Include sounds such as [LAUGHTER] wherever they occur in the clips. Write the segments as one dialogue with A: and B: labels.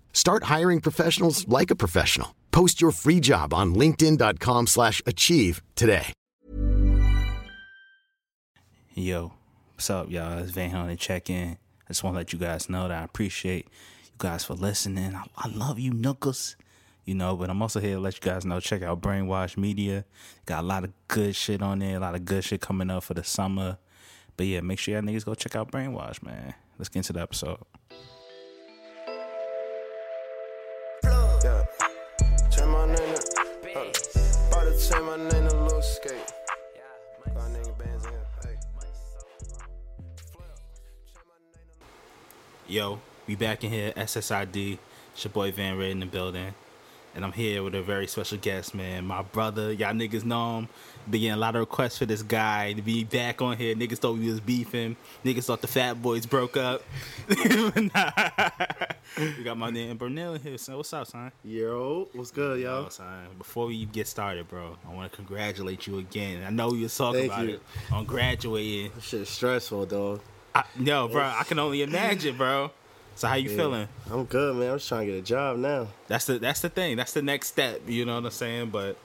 A: Start hiring professionals like a professional. Post your free job on linkedin.com/achieve slash achieve today.
B: Yo, what's up, y'all? It's Van Halen check in. I just want to let you guys know that I appreciate you guys for listening. I, I love you, Knuckles. You know, but I'm also here to let you guys know check out Brainwash Media. Got a lot of good shit on there, a lot of good shit coming up for the summer. But yeah, make sure y'all niggas go check out Brainwash, man. Let's get into the episode.
C: Yeah. Change my name to. Uh, about to change my name to Lil Skate. Got nigga bands in. Hey.
B: Yo, we back in here, SSID. It's your boy Van Red in the building. And I'm here with a very special guest, man. My brother, y'all niggas know him. Been getting a lot of requests for this guy to be back on here. Niggas thought we was beefing. Niggas thought the Fat Boys broke up. [LAUGHS] But nah. we got my nigga Burnell in here. So what's up, son?
D: Yo, what's good,
B: Yo,
D: yo?
B: son, before we get started, bro, I want to congratulate you again. I know we was talking
D: Thank
B: about
D: you.
B: it on graduating.
D: Shit, stressful, dog.
B: I, no, bro, I can only imagine, bro. So how you feeling?
D: I'm good, man. I'm just trying to get a job now.
B: That's the that's the thing. That's the next step. You know what I'm saying? But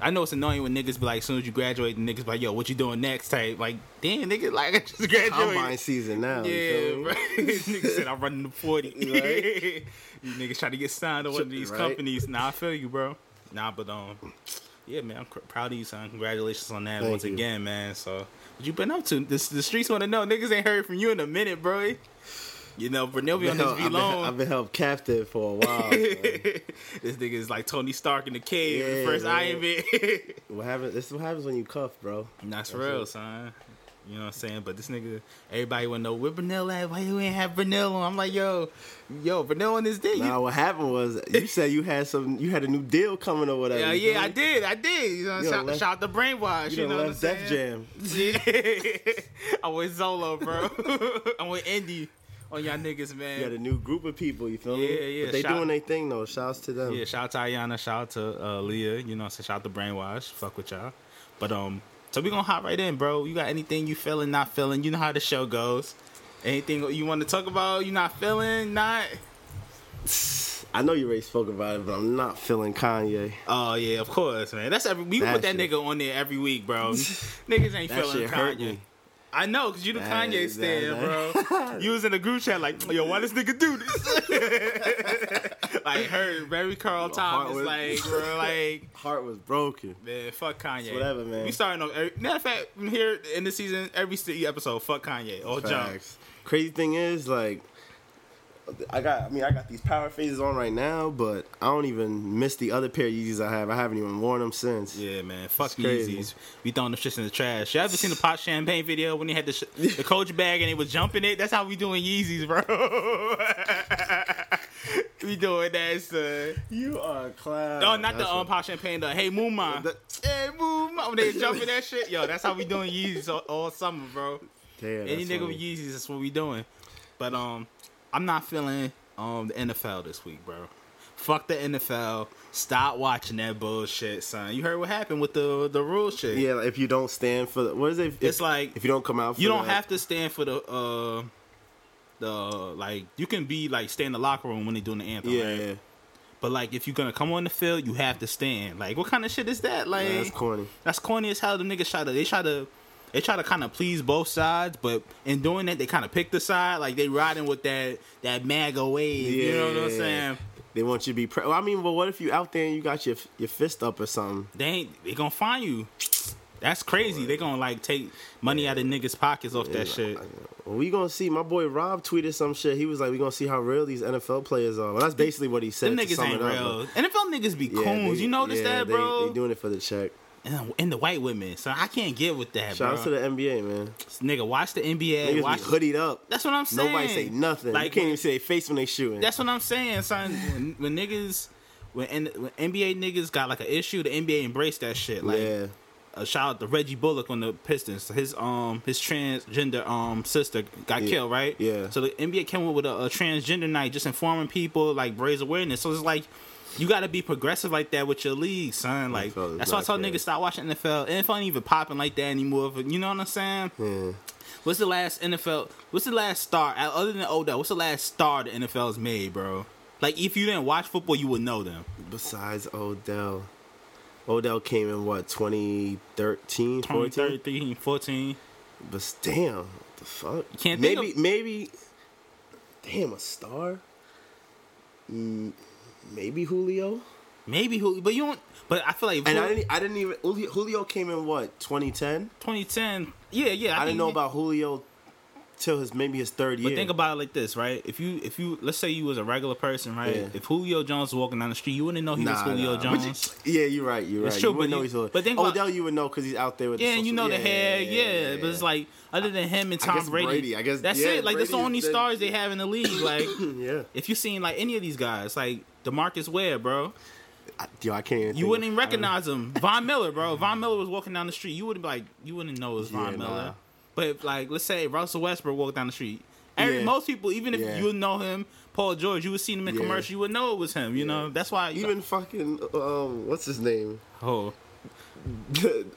B: I know it's annoying when niggas be like, as soon as you graduate, the niggas be like, yo, what you doing next? Type like, damn, nigga, like I just
D: Combine
B: graduated.
D: season now.
B: Yeah,
D: you
B: bro. [LAUGHS] nigga said I'm running the forty.
D: [LAUGHS] Right.
B: [LAUGHS] you niggas try to get signed to one of these
D: Right.
B: companies. Nah, I feel you, bro. Nah, but um, yeah, man, I'm cr- proud of you, son. Congratulations on that
D: Thank
B: once
D: you.
B: again, man. So, what you been up to? This, the streets want to know. Niggas ain't heard from you in a minute, bro. You know, Brunel
D: [LAUGHS]
B: be on this
D: I've,
B: V
D: been,
B: long.
D: I've been held captive for
B: [LAUGHS]
D: a while. man.
B: this nigga is like Tony Stark in the cave in the
D: Yeah,
B: first
D: man.
B: Iron Man. [LAUGHS]
D: what happens? This is what happens when you cuff, bro.
B: And That's for real, son. You know what I'm saying? But this nigga, everybody wanna know where Brunel at. Why you ain't have Brunel on? I'm like, yo, yo, Brunel on this day.
D: Now, what happened was you said you had some, you had a new deal coming or
B: [LAUGHS]
D: whatever.
B: yeah,
D: you
B: yeah,
D: feel
B: I
D: me?
B: did, I did. You know,
D: You done
B: shout,
D: left-
B: shout out the brainwash. You,
D: You
B: know
D: done
B: what I'm
D: left Def
B: saying?
D: Jam.
B: Yeah. [LAUGHS] I went solo, bro. [LAUGHS] I went indie on y'all niggas, man.
D: You had a new group of people. You feel
B: Yeah,
D: me?
B: yeah,
D: But they
B: shout-
D: doing their thing though. Shouts to them.
B: Yeah, shout out to Ayana, shout out to uh, Leah, you know, what I'm saying? shout out to Brainwash, fuck with y'all. But um, so we gonna hop right in, bro. You got anything you feeling, not feeling? You know how the show goes. Anything you want to talk about? You not feeling? Not?
D: I know you already spoke about it, but I'm not feeling Kanye.
B: Oh yeah, of course, man. That's every we
D: That
B: put that
D: shit-
B: nigga on there every week,
D: [LAUGHS]
B: bro. Niggas ain't
D: That
B: feeling
D: shit hurt
B: Kanye.
D: me.
B: I know, cause you the
D: That-
B: Kanye
D: that-
B: stand,
D: [LAUGHS] that-
B: bro. you was in the group chat like, yo, why this [LAUGHS] nigga do
D: [LAUGHS]
B: this? like, heard Barry Carl
D: heart
B: Thomas,
D: was-
B: like, bro, like,
D: Heart was broken.
B: Man, fuck Kanye.
D: whatever, man.
B: We starting off. Every, matter of fact, from here in the season, every se- episode, fuck Kanye. All jumps.
D: Facts. Crazy thing is, like, I got. I mean, I got these power phases on right now, but I don't even miss the other pair of Yeezys I have. I haven't even worn them since.
B: Yeah, man. Fuck
D: It's crazy.
B: Yeezys. We throwing the shits in the trash. Y'all ever seen the pot champagne video when they had the
D: [LAUGHS]
B: sh- the coach bag and they was jumping it? That's how we doing Yeezys, bro. [LAUGHS] we doing that, son.
D: You are a clown.
B: Oh, not
D: That's
B: the um,
D: what-
B: pot champagne. The hey Mooma.
D: The-
B: hey Mooma. When they jumping that shit, yo, that's how we doing Yeezys all, all summer, bro.
D: Damn,
B: Any
D: that's
B: nigga
D: funny.
B: with Yeezys, that's what we doing. But um, I'm not feeling um the NFL this week, bro. Fuck the NFL. Stop watching that bullshit, son. You heard what happened with the the rule shit.
D: Yeah, like, if you don't stand for the, what is it? If,
B: It's like-
D: if you don't come out. For
B: You don't
D: the-
B: have to stand for the uh the like you can be like stay in the locker room when they doing the anthem.
D: Yeah,
B: right?
D: yeah.
B: But like if you're gonna come on the field, you have to stand. Like what kind of shit is that? Like
D: that's corny.
B: That's corny as hell. The niggas try to they try to they try to kind of please both sides, but in doing that, they kind of pick the side. Like they riding with that that MAGA wave. you know what I'm
D: Yeah.
B: saying?
D: They want you to be. Pre- well, I mean, but what if you out there and you got your your fist up or something?
B: They ain't they gonna find you. That's crazy. They gonna like take money out of niggas' pockets off that shit.
D: Well, we gonna see. My boy Rob tweeted some shit. He was like, "We gonna see how real these NFL players are." Well, that's basically what he said.
B: Them
D: to
B: niggas
D: sum
B: ain't
D: it up.
B: real. NFL niggas be
D: Yeah,
B: coons.
D: they-
B: you notice
D: yeah,
B: that,
D: they-
B: bro?
D: They, doing it for the check.
B: and, uh, and the white women. So I can't get with that,
D: Shout
B: bro.
D: out to the NBA, man.
B: Nigga, watch the NBA.
D: Niggas
B: watch
D: be hoodied up.
B: That's what I'm saying.
D: Nobody say nothing. you
B: Like,
D: can't even see their face when they shooting.
B: That's what I'm saying, son. When, when niggas, when, N- when NBA niggas got like an issue, the NBA embraced that shit. Like,
D: yeah.
B: a shout out to Reggie Bullock on the Pistons. His um his transgender um sister got killed, right?
D: Yeah.
B: So the NBA came up with a, a transgender night, just informing people like raise awareness. So it's like you got to be progressive like that with your league, son. Like
D: NFL is
B: that's why I
D: not
B: told
D: fair.
B: niggas stop watching NFL. NFL ain't even popping like that anymore. But you know what I'm saying? What's the last NFL? What's the last star uh, other than Odell? What's the last star the NFL's made, bro? Like if you didn't watch football, you would know them.
D: Besides Odell, Odell came in what 2013,
B: 20,
D: 14?
B: 13, 14.
D: But damn, what the fuck?
B: Can't think
D: maybe
B: of-
D: maybe. Damn, a star. Mm, maybe Julio.
B: Maybe who? But you don't. But I feel like
D: And
B: who-
D: I didn't. I didn't even. Julio- Julio came in what 2010.
B: 2010. Yeah, yeah.
D: I,
B: think [LAUGHS]
D: didn't know
B: you-
D: about Julio till his maybe his third year.
B: But think about it like this, right? If you, if you, let's say you was a regular person, right?
D: Yeah.
B: If Julio Jones was walking down the street, you wouldn't know he was Julio
D: nah. But you-
B: Jones.
D: [LAUGHS] yeah, you're right. You're
B: It's
D: right.
B: true,
D: you wouldn't
B: but
D: know
B: you-
D: he's Julio. Oh,
B: but think about-
D: Odell, you would know because he's out there with.
B: yeah,
D: the
B: and you
D: social-
B: know the hair, yeah, But it's like other than him and Tom
D: guess
B: Brady,
D: Brady, I guess-
B: that's
D: yeah,
B: it. Like that's the
D: Brady's
B: only
D: the-
B: stars they have in the league.
D: [COUGHS]
B: Like
D: yeah.
B: if you seen like any of these guys, like Demarcus Ware, bro,
D: I, yo, I can't. Even
B: you
D: think-
B: wouldn't even recognize him. Von Miller, bro, Von Miller was walking down the street, you wouldn't be like, you wouldn't know it was Von
D: Yeah,
B: Miller.
D: nah.
B: But like, let's say Russell Westbrook walked down the street. Every,
D: Yeah.
B: Most people, even if
D: Yeah.
B: you would know him, Paul George, you would see him in
D: Yeah.
B: commercial, you would know it was him. You know, that's why
D: Even fucking um, what's his name? [LAUGHS]
B: Oh,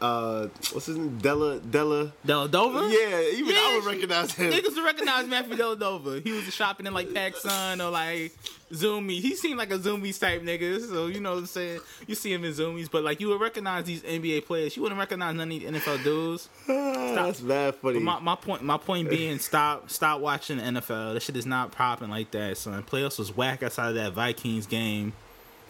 D: uh, what's his name? Della Della.
B: Deladova?
D: Yeah, even I would
B: Yeah.
D: recognize him.
B: Niggas would recognize Matthew Deladova. He was shopping in like PacSun or like Zoomies. He seemed like a Zoomies type nigga, so you know what I'm saying. You see him in Zoomies, but like you would recognize these NBA players. You wouldn't recognize none of these NFL dudes.
D: [LAUGHS] That's bad funny.
B: But my, my point, my point being, stop stop watching the NFL. That shit is not popping like that, son. Playoffs was whack outside of that Vikings game.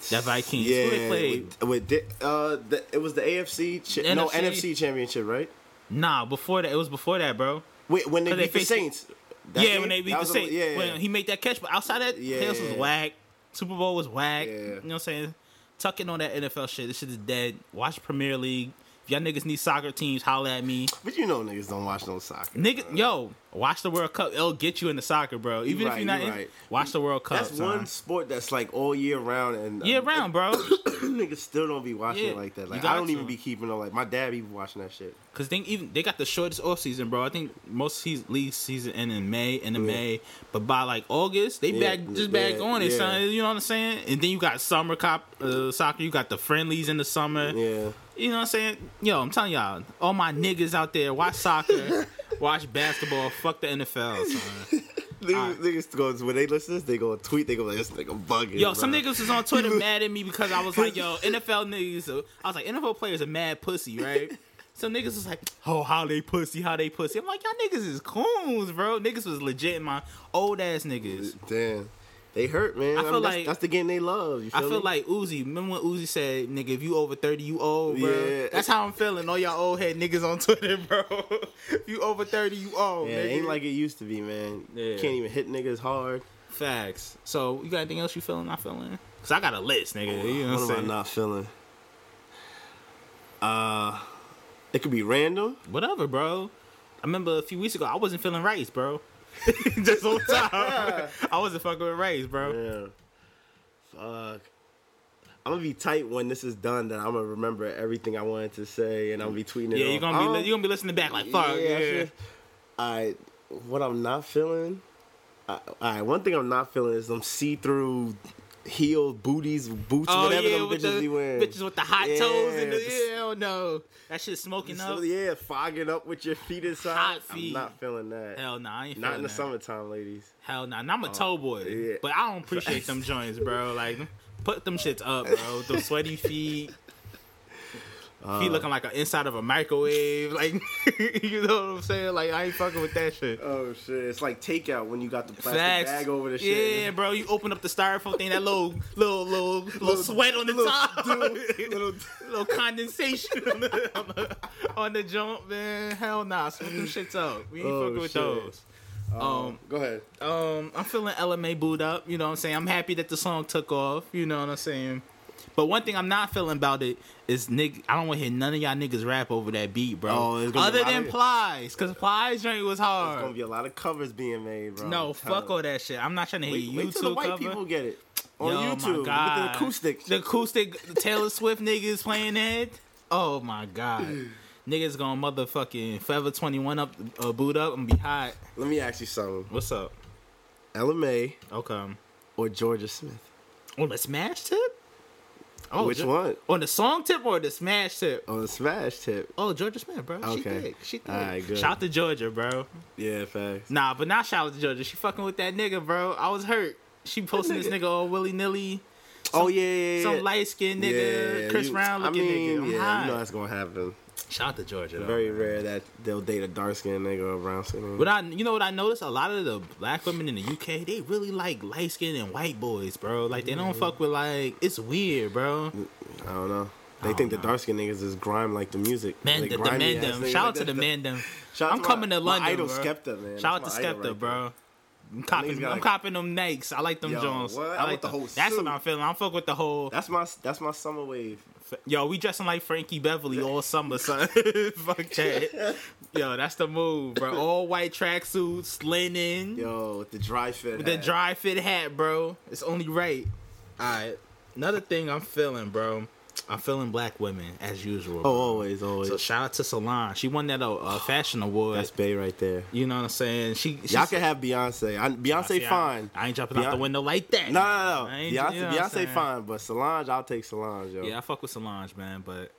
B: That Vikings, who they
D: yeah,
B: played?
D: with, with di- uh, the, it was the AFC, cha- no
B: NFC.
D: NFC championship, right?
B: Nah, before that, it was before that, bro.
D: Wait, when they
B: Cause
D: beat
B: they
D: the
B: faced-
D: Saints. That
B: yeah,
D: game?
B: when they beat
D: That
B: the
D: was a-
B: Saints.
D: Yeah,
B: When he made that catch, but outside that,
D: Yeah.
B: playoffs was whack. Super Bowl was whack.
D: Yeah.
B: You know what I'm saying? Tuck in on that NFL shit. This shit is dead. Watch Premier League. If y'all niggas need soccer teams, holla at me.
D: but you know niggas don't watch no soccer.
B: Nigga, yo, watch the World Cup. It'll get you into soccer, bro. Even if
D: right,
B: you're not
D: Uh, you
B: in,
D: right.
B: watch the World Cup.
D: that's one sport that's like all year round and um,
B: year round, bro.
D: [COUGHS] [LAUGHS] niggas still don't be watching
B: Yeah,
D: it like that.
B: you
D: Like
B: got
D: I don't
B: to.
D: even be keeping up. Like my dad be watching that shit.
B: Cause they even they got the shortest off season, bro. I think most seas league season end in May, end of May, but by like August they
D: Yeah,
B: back just back
D: yeah,
B: on it,
D: yeah.
B: son. You know what I'm saying? And then you got summer cop uh, soccer. You got the friendlies in the summer. [LAUGHS]
D: Yeah.
B: You know what I'm saying? Yo, I'm telling y'all, all my niggas out there, watch
D: [LAUGHS]
B: soccer, watch basketball. Fuck the NFL, son.
D: Niggas, niggas goes when they listen to this, they go tweet, they go like this nigga bugging.
B: Yo,
D: bro.
B: some
D: [LAUGHS]
B: niggas was on Twitter mad at me because I was like, yo, NFL niggas. are- I was like, NFL players are mad pussy, right? Some niggas was like, oh, how they pussy, how they pussy. I'm like, y'all niggas is coons, bro. Niggas was legit in my old ass niggas.
D: Damn. They hurt, man. I,
B: feel
D: mean, that's,
B: like-
D: that's the game they love. You feel
B: I feel
D: me?
B: like Uzi. Remember when Uzi said, nigga, if you over 30, you old, bro?
D: Yeah.
B: That's how I'm feeling. All y'all old head niggas on [LAUGHS] Twitter, bro. if you over 30, you old.
D: yeah, it ain't
B: nigga.
D: like it used to be, man.
B: Yeah.
D: Can't even hit niggas hard.
B: Facts. So, you got anything else you feeling, not feeling? Because I got a list, nigga. You know what, I'm
D: Oh, What am I
B: saying?
D: not feeling? Uh, it could be random.
B: whatever, bro. I remember a few weeks ago, I wasn't feeling rice, bro. [LAUGHS] Just
D: [LAUGHS]
B: on time, I wasn't fucking with rice, bro.
D: Yeah. Fuck. I'm gonna be tight when this is done. That I'm gonna remember everything I wanted to say, and I'm gonna be tweeting it.
B: Yeah, you're
D: off.
B: gonna be
D: Um,
B: li- you're gonna be listening back like fuck. Yeah,
D: I what I'm not feeling. I, I one thing I'm not feeling is them see-through heel booties, boots,
B: Oh
D: whatever
B: yeah,
D: them
B: with
D: bitches
B: the
D: be wearing.
B: bitches with the hot
D: Yeah,
B: toes and the
D: with the-
B: yeah, no, that shit's smoking up.
D: So, yeah, fogging up with your feet inside.
B: Hot feet.
D: I'm not feeling that.
B: Hell nah, I ain't
D: not in the
B: feeling that.
D: summertime, ladies.
B: Hell nah, and I'm a toe boy,
D: yeah.
B: but I don't appreciate [LAUGHS] them [LAUGHS] joints, bro. Like, put them shits up, bro. Those sweaty feet. he looking like an inside of a microwave. Like, [LAUGHS] you know what I'm saying? Like, I ain't fucking with that shit.
D: Oh shit! It's like takeout when you got the plastic
B: Facts.
D: bag over the
B: Yeah,
D: shit.
B: bro. You open up the styrofoam thing, that little, little, little, little, sweat on the top, [LAUGHS] little, little condensation on the, on the on the jump, man. Hell nah, smoke them shits up. We ain't
D: Oh,
B: fucking with
D: shit.
B: those. Um,
D: Go ahead.
B: um, I'm feeling LMA booed up. You know what I'm saying? I'm happy that the song took off. You know what I'm saying? But one thing I'm not feeling about it is nigga. I don't want to hear none of y'all niggas rap over that beat, bro.
D: Oh, it's gonna be
B: Other
D: loud.
B: than Plies, because Plies joint was hard.
D: There's gonna be a lot of covers being made, bro.
B: No,
D: I'm
B: fuck
D: telling
B: all that shit. I'm not trying to hear
D: you.
B: YouTube
D: Wait, wait till the white
B: cover.
D: people get it on
B: Yo, my
D: YouTube with
B: God.
D: the acoustic.
B: The acoustic Taylor Swift niggas playing that. Oh my god.
D: [SIGHS]
B: Niggas gonna motherfucking Forever 21 up, uh, boot up and be hot.
D: Let me ask you something.
B: What's up?
D: LMA
B: Okay.
D: or Georgia Smith?
B: On the smash tip? Oh,
D: Which
B: Ge-
D: one?
B: On the song tip or the smash tip?
D: On the smash tip.
B: Oh, Georgia Smith, bro. She
D: Okay.
B: thick. She thick.
D: Alright, good.
B: Shout out to Georgia, bro.
D: Yeah, facts.
B: Nah, but not shout out to Georgia. She fucking with that nigga, bro. I was hurt. She posting this nigga all willy nilly.
D: oh yeah, yeah, yeah.
B: Some light skinned nigga,
D: Yeah,
B: Chris
D: you-
B: Brown looking
D: I mean,
B: nigga. I'm
D: yeah,
B: hot.
D: you know that's gonna happen.
B: Shout out to Georgia. Though.
D: Very rare that they'll date a dark skinned nigga or a brown skinned nigga.
B: But I, you know what I noticed? A lot of the black women in the UK, they really like light skinned and white boys, bro. Like they don't fuck with like it's weird, bro.
D: I don't know. They think the dark skinned niggas is grime like the music.
B: Man,
D: Like
B: the, the
D: grimy
B: man
D: ass
B: them.
D: niggas
B: Shout
D: like
B: out to
D: that.
B: the man them.
D: [LAUGHS] Shout out
B: I'm
D: to my-
B: coming to
D: my
B: London,
D: idol
B: bro.
D: Skepta, man.
B: Shout out
D: That's
B: to
D: my idol
B: Skepta,
D: right
B: bro.
D: there.
B: I'm
D: niggas
B: copping,
D: got
B: I'm
D: a-
B: copping them Nikes. I like them
D: Yo,
B: Jones.
D: what? I
B: like
D: want the
B: them.
D: whole
B: That's
D: suit.
B: what I'm feeling. I'm fuck with the whole.
D: That's my that's my summer wave.
B: Yo, we dressing like Frankie Beverly all
D: [LAUGHS]
B: summer, son. [LAUGHS] Fuck that. Yo, that's the move, bro. All white tracksuits, linen,
D: Yo, with the dry fit.
B: the
D: hat.
B: dry fit hat, bro. It's only right. All right. Another thing I'm feeling, bro. I'm feeling black women as usual.
D: Oh,
B: bro.
D: always, always.
B: So shout out to Salon. She won that uh, uh, fashion award.
D: that's Bay right there.
B: you know what I'm saying? She she's-
D: Y'all can have Beyonce. I, Beyonce,
B: See, I-
D: fine.
B: I, ain't jumping out the
D: Beyonce-
B: window like that.
D: No, no, no.
B: I ain't- you
D: Beyonce,
B: know what I'm
D: Beyonce
B: saying?
D: fine, but Solange, I'll take Solange, yo.
B: Yeah, I fuck with Solange, man, but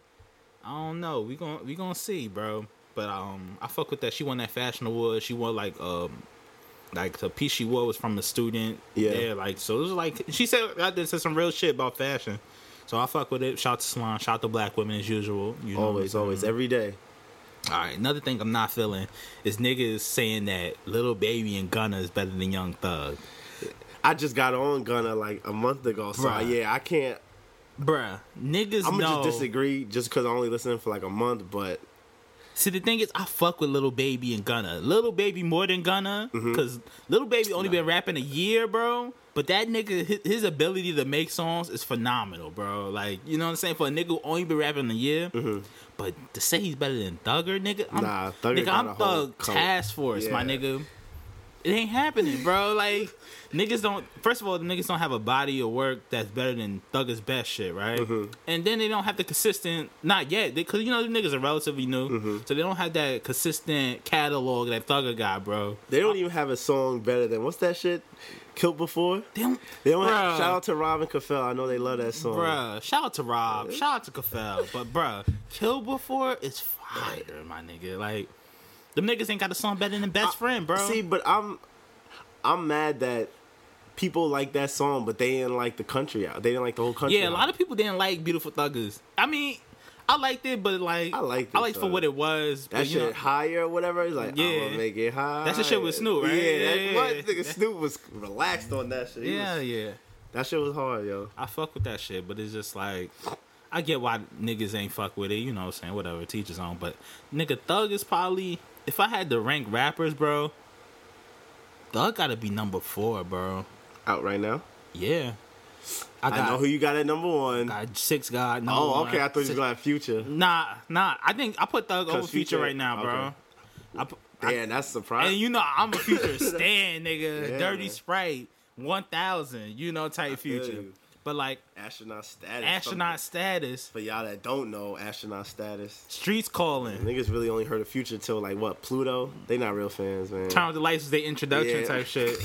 B: I don't know. We gon' we gonna see, bro. But um, I fuck with that. She won that fashion award. She won like um, like the piece she wore was from a student.
D: Yeah.
B: like so it was like she said out there said some real shit about fashion. So I fuck with it. Shout out to Solange. Shout out to black women as usual. You know what I'm
D: Always,
B: saying?
D: always, every day.
B: All right. Another thing I'm not feeling is niggas saying that little baby and Gunna is better than Young Thug,
D: I just got on Gunna like a month ago, so
B: Bruh.
D: yeah, I can't.
B: bruh. Niggas
D: I'm gonna
B: know.
D: just disagree just because I only listened for like a month, but
B: See, the thing is, I fuck with Little Baby and Gunna. Little Baby more than Gunna,
D: Mm-hmm.
B: because Little Baby only been rapping a year, bro. But that nigga, his, his ability to make songs is phenomenal, bro. Like, you know what I'm saying? For a nigga who only been rapping a year, but to say he's better than Thugger, nigga, I'm,
D: Mm-hmm. Nah, Thugger
B: nigga,
D: got
B: I'm
D: a whole
B: Thug
D: cult.
B: Task Force, my
D: Yeah.
B: nigga. It ain't happening, bro.
D: [LAUGHS]
B: Like, niggas don't. First of all, the niggas don't have a body of work that's better than Thugger's best shit, right?
D: Mm-hmm.
B: And then they don't have the consistent. Not yet, because you know the niggas are relatively new,
D: Mm-hmm.
B: so they don't have that consistent catalog that Thugger got, bro.
D: they don't even have a song better than what's that shit? Killed before?
B: They don't,
D: They don't have,
B: Bruh.
D: shout out to Robin Cafell. I know they love that song.
B: Bruh, shout out to Rob, shout out to Cafell, but bruh, Kill Before is fire, my nigga. Like, them niggas ain't got a song better than Best Friend, bro.
D: See, but I'm I'm mad that people like that song, but they didn't like the country out. They didn't like the whole country.
B: Yeah, a lot of people didn't like Beautiful Thuggers. I mean, I liked it, but like,
D: I liked
B: I
D: it,
B: liked it for
D: though.
B: what it was.
D: that
B: but, you
D: shit
B: know,
D: higher or whatever. It's like I'm
B: Yeah.
D: gonna make it high.
B: That's the shit with Snoop, right?
D: Yeah, that,
B: Yeah,
D: what?
B: yeah,
D: Nigga, Snoop was relaxed on that shit. He
B: yeah,
D: was-
B: yeah.
D: that shit was hard, yo.
B: I fuck with that shit, but it's just like, I get why niggas ain't fuck with it. You know what I'm saying? Whatever, teachers on. But nigga, Thug is probably if I had to rank rappers, bro, Thug gotta be number four, bro.
D: Out right now.
B: Yeah, I got
D: I know who you got at number one.
B: got six God. number
D: Oh, okay.
B: one.
D: I thought you was gonna have Future.
B: Nah, nah. I think I put Thug over
D: Cause Future-
B: Future right now, bro.
D: okay.
B: I put, I
D: Damn, that's surprising.
B: And you know, I'm a
D: [LAUGHS]
B: future stan, nigga.
D: Yeah.
B: Dirty Sprite, 1000, you know, type
D: feel
B: future.
D: you.
B: But like,
D: astronaut status.
B: astronaut status,
D: For y'all that don't know, astronaut status.
B: streets calling,
D: Niggas really only heard of Future till like what Pluto. They not real fans, man.
B: Time of the Lights is their introduction
D: Yeah.
B: type
D: [LAUGHS]
B: shit.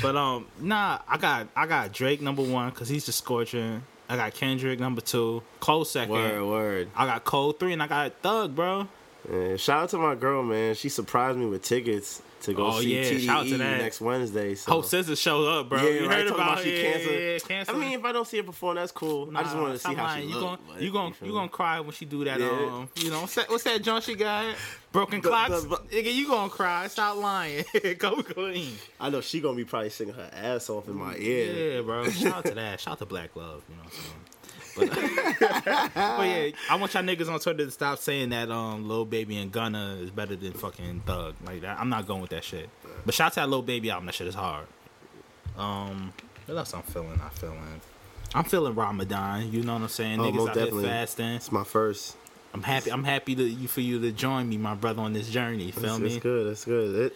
B: But um, nah, I got I got Drake number one because he's just scorching. I got Kendrick number two, Cole second.
D: Word, word.
B: I got Cole three, and I got Thug, bro.
D: Yeah, shout out to my girl, man. She surprised me with tickets to go
B: Oh,
D: see
B: yeah,
D: TDE
B: shout out to that.
D: next Wednesday. So.
B: Hope Scissors shows up, bro.
D: Yeah,
B: you
D: right.
B: heard
D: Talking
B: about,
D: about
B: it?
D: she
B: yeah,
D: canceled.
B: yeah, yeah, canceled.
D: I mean, if I don't see it before, that's cool. I just
B: Nah,
D: wanted to see
B: stop
D: how
B: lying.
D: she
B: you
D: looked.
B: Gonna, you gonna you gonna cry when she do that?
D: Yeah.
B: Um, you know what's that, what's that joint she got? Broken
D: The-
B: clocks.
D: the-
B: Nigga, you gonna cry? Stop lying. [LAUGHS] Go clean.
D: I know she gonna be probably singing her ass off in my ear.
B: Yeah, bro. Shout out to that. Shout out to Black Love. You know what I'm saying? But, [LAUGHS] but yeah, I want y'all niggas on Twitter to stop saying that um Lil Baby and Gunna is better than fucking Thug. Like that, I'm not going with that shit. But shout out to that Lil Baby album. That shit is hard. Um, what else I'm feeling? I'm feeling. I'm feeling Ramadan. You know what I'm saying?
D: Oh,
B: niggas
D: most
B: out
D: definitely.
B: there fasting.
D: It's my first.
B: I'm happy. I'm happy to you for you to join me, my brother, on this journey. You Feel
D: It's,
B: me?
D: it's good. It's good. It, it-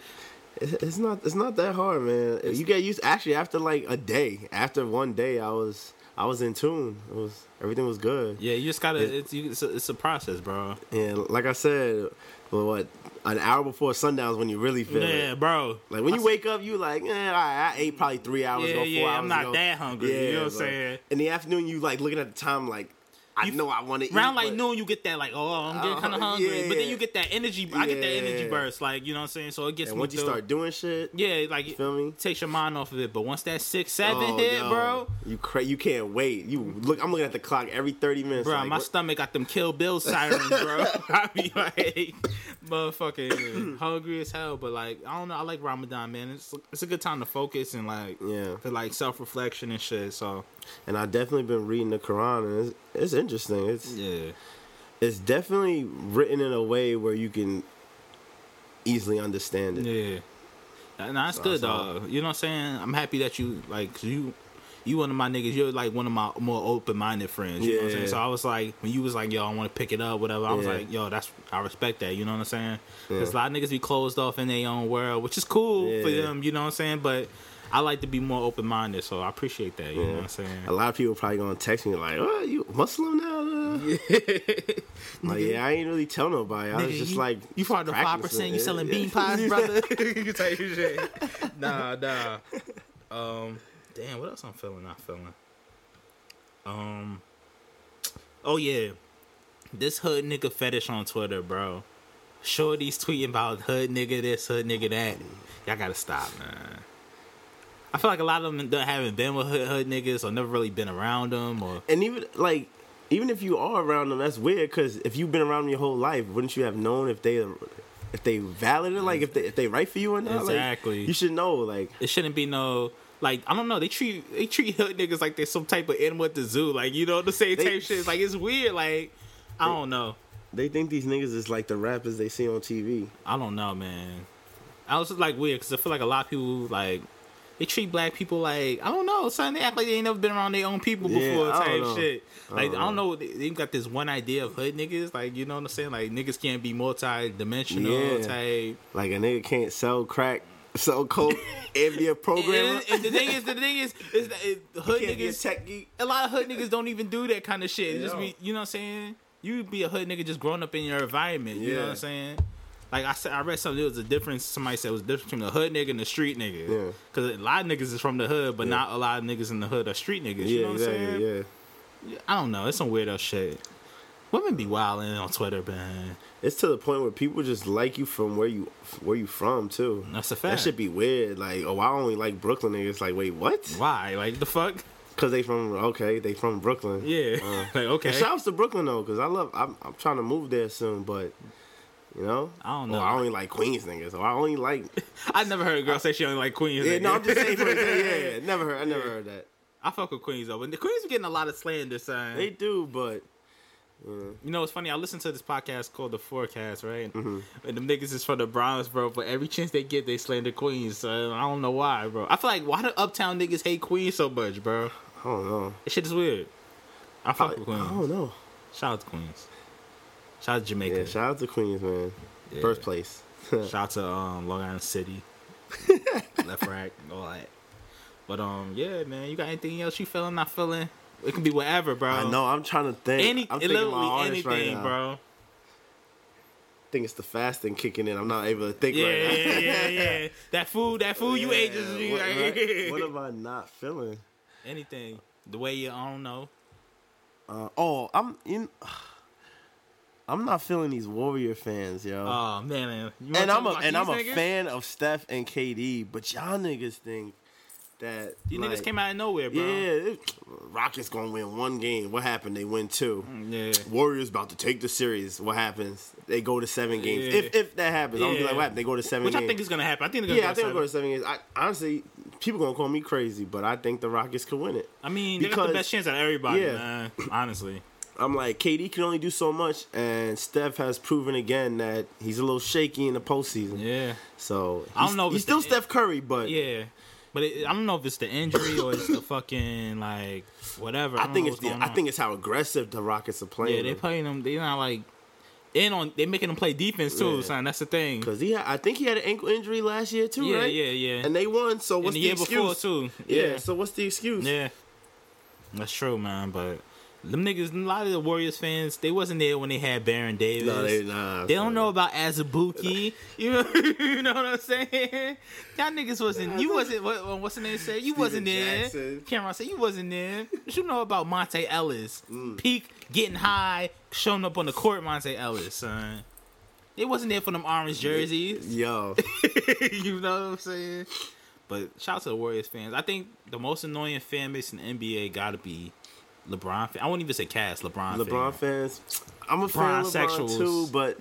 D: it's not. It's not that hard, man. you get used. Actually, after like a day, after one day, I was. I was in tune. It was everything was good.
B: Yeah, you just gotta. It's you, it's, a, it's a process, bro.
D: And like I said, well, what an hour before sundown is when you really feel
B: Yeah,
D: it.
B: bro.
D: Like when you wake up, you like, eh, all right, I ate probably three hours
B: Yeah,
D: ago, four
B: yeah,
D: hours
B: I'm not
D: ago."
B: that hungry, you know what I'm
D: it's like-
B: saying?
D: In the afternoon, you like looking at the time, like I
B: You-
D: know I want to eat.
B: Round like
D: but-
B: noon, you get that like, oh, I'm getting
D: Oh,
B: kind of hungry,
D: yeah.
B: but then you get that energy. I get that energy
D: Yeah.
B: burst, like you know what I'm saying. So it gets
D: And
B: me
D: once you
B: through.
D: start doing shit,
B: yeah, like
D: feel me?
B: takes your mind off of it. But once that six seven
D: oh,
B: hit,
D: yo,
B: bro,
D: you cra- you can't wait. You look, I'm looking at the clock every 30 minutes.
B: bro,
D: like,
B: my
D: what-
B: stomach got them Kill
D: [LAUGHS]
B: Bill sirens, bro. [LAUGHS] I be like,
D: [CLEARS THROAT]
B: motherfucking hungry as hell. But like, I don't know. I like Ramadan, man. It's it's a good time to focus and like,
D: Yeah.
B: to like self reflection and shit. So
D: and I've definitely been reading the Quran, and it's, it's interesting. It's
B: yeah,
D: it's definitely written in a way where you can easily understand it.
B: yeah. Nah, nah, it's good, dog. You know what I'm saying? I'm happy that you like 'cause you. You one of my niggas. You're like one of my more open minded friends. You know what I'm saying?
D: Yeah.
B: So I was like, when you was like, yo, I want to pick it up, whatever. I was
D: Yeah.
B: like, yo, that's I respect that. You know what I'm saying? Because a lot of niggas be closed off in their own world, which is cool for
D: Yeah.
B: them. You know what I'm saying? But I like to be more open minded, so I appreciate that. You know what I'm saying?
D: A lot of people probably gonna text me like, "Oh, you Muslim now?" Yeah. Like, yeah, I ain't really tell nobody. I was
B: Nigga,
D: just
B: you,
D: like,
B: you part of the five
D: practicing
B: percent. You
D: it.
B: selling bean
D: [LAUGHS]
B: pies, brother. you type of shit. [LAUGHS] Nah, nah. Um, damn. What else I'm feeling? Not feeling. Um. Oh yeah, this hood nigga fetish on Twitter, bro. Shorty's tweeting about hood nigga this, hood nigga that. Y'all gotta stop, man. I feel like a lot of them don't- haven't been with hood, hood niggas or never really been around them or
D: And even like, even if you are around them, that's weird. Because if you've been around them your whole life, wouldn't you have known if they, if they valid or like if they if they right for you or not? Like,
B: Exactly.
D: you should know. Like,
B: it shouldn't be no like I don't know. They treat they treat hood niggas like they're some type of animal at the zoo. Like you know the same
D: They-
B: type shit. Like it's weird. Like I don't know.
D: they think these niggas is like the rappers they see on TV.
B: I don't know, man. I was just like weird because I feel like a lot of people like they treat black people like I don't know. Son, they act like they ain't never been around their own people
D: Yeah,
B: before.
D: I don't
B: type
D: know.
B: shit. Like I don't know. They, they got this one idea of hood niggas. Like you know what I'm saying. Like niggas can't be multi dimensional
D: Yeah.
B: type.
D: Like a nigga can't sell crack,
B: [LAUGHS]
D: sell coke, and be a programmer.
B: And, and the thing is, the thing is, is that it, hood
D: Can't be a
B: niggas
D: tech geek.
B: a lot of hood niggas don't even do that kind of shit. It just
D: Yeah.
B: be, you know what I'm saying? You be a hood nigga just growing up in your environment. You know what
D: Yeah.
B: I'm saying? Like I said, I read something. There was a difference. Somebody said it was different between the hood nigga and the street nigga.
D: Yeah.
B: Because a lot of niggas is from the hood, but not a lot of niggas in the hood are street niggas. you know
D: Yeah,
B: what I'm
D: exactly.
B: saying?
D: Yeah.
B: I don't know. It's some weirdo shit. Women be wilding on Twitter, man.
D: It's to the point where people just like you from where you where you from too.
B: That's a
D: That
B: fact.
D: should be weird. Like, oh, I only like Brooklyn niggas. Like, wait, what?
B: Why? Like the fuck?
D: Because they from okay, they from Brooklyn.
B: Yeah.
D: Uh.
B: [LAUGHS] like okay.
D: And shouts to Brooklyn though, because I love. I'm, I'm trying to move there soon, but you know,
B: I don't
D: Oh,
B: know.
D: I only like Queens niggas. Or I
B: [LAUGHS]
D: only like.
B: I never heard a girl say she only like Queens.
D: Yeah, no,
B: nigga.
D: I'm just saying. Queens, yeah, yeah, yeah. never heard. I never heard that.
B: [LAUGHS] I fuck with Queens though, but the Queens be getting a lot of slander. Son.
D: They do, but
B: You know, it's funny. I listen to this podcast called The Forecast, right?
D: Mm-hmm.
B: And them niggas is from the Bronx, bro. But every chance they get, they slander Queens. So I don't know why, bro. I feel like why do uptown niggas hate Queens so much, bro?
D: I don't know.
B: This shit is weird. I
D: Oh, I, I
B: fuck with Queens.
D: don't know.
B: Shout out to Queens. Shout out to Jamaica.
D: Yeah,
B: shout-,
D: shout out to Queens, man. First place. [LAUGHS]
B: out to um, Long Island City, Left Rack, all that. But um, yeah, man. You got anything else you feeling? Not feeling? It can be whatever, bro.
D: I know. I'm trying to think.
B: Any,
D: I'm thinking my
B: literally
D: artists
B: anything,
D: right now.
B: bro.
D: I think it's the fasting kicking in. I'm not able to think
B: Yeah,
D: right now. [LAUGHS]
B: yeah, yeah, yeah. That food, that food you ate just
D: Yeah,
B: you
D: what,
B: like, [LAUGHS]
D: what- what am I not feeling?
B: anything. The way you I don't know.
D: Uh, oh, I'm in. [SIGHS] I'm not feeling these Warrior fans, yo.
B: Oh man, man. You wanna
D: and
B: talk
D: I'm a
B: about
D: and
B: these
D: I'm a
B: niggas?
D: fan of Steph and KD, but y'all niggas think that
B: These
D: like,
B: niggas came out of nowhere, bro.
D: Yeah, it, Rockets gonna win one game. What happened? They win two.
B: Mm, yeah.
D: Warriors about to take the series. What happens? They go to seven games.
B: Yeah.
D: If if that happens, I'm gonna be like,
B: Yeah.
D: what happened? They go to seven.
B: Which
D: games.
B: I think is gonna happen. I think they're gonna
D: Yeah, I
B: go
D: think we'll go to
B: seven.
D: seven games. I, honestly, people gonna call me crazy, but I think the Rockets could win it.
B: I mean, they got the best chance out of everybody,
D: Yeah.
B: man. Honestly.
D: I'm like, KD can only do so much, and Steph has proven again that he's a little shaky in the postseason.
B: Yeah.
D: So
B: I don't
D: he's-
B: know if
D: He's
B: it's
D: still
B: the-
D: Steph Curry, but
B: Yeah. But it, I don't know if it's the injury or
D: [COUGHS]
B: it's the fucking like whatever. I,
D: I
B: don't
D: think
B: know
D: it's
B: what's
D: the,
B: going
D: I
B: on.
D: think it's how aggressive the Rockets are
B: yeah,
D: playing.
B: they playing them. They're not like in on. They making them play defense too,
D: Yeah.
B: son. That's the thing.
D: because he, had, I think he had an ankle injury last year too,
B: Yeah,
D: right?
B: yeah, yeah.
D: And they won, so what's
B: the
D: the,
B: year
D: excuse?
B: before, too.
D: Yeah.
B: Yeah.
D: So what's the excuse?
B: Yeah, that's true, man. But them niggas, a lot of the Warriors fans, they wasn't there when they had Baron Davis.
D: No, they nah.
B: They don't know about Azubuki. [LAUGHS] You know, you know what I'm saying? Y'all niggas wasn't. You wasn't. What, what's the name? Say you wasn't there.
D: Jackson.
B: Cameron said you wasn't there. What you know about Monte Ellis?
D: Mm.
B: Peak getting high, showing up on the court. Monte Ellis, son. They wasn't there for them orange jerseys. [LAUGHS]
D: Yo,
B: you know what I'm saying? But shout out to the Warriors fans. I think the most annoying fan base in the NBA gotta be LeBron. Fan. I won't even say cast LeBron.
D: LeBron
B: fan.
D: fans, I'm a fan of LeBron
B: sexuals.
D: too, but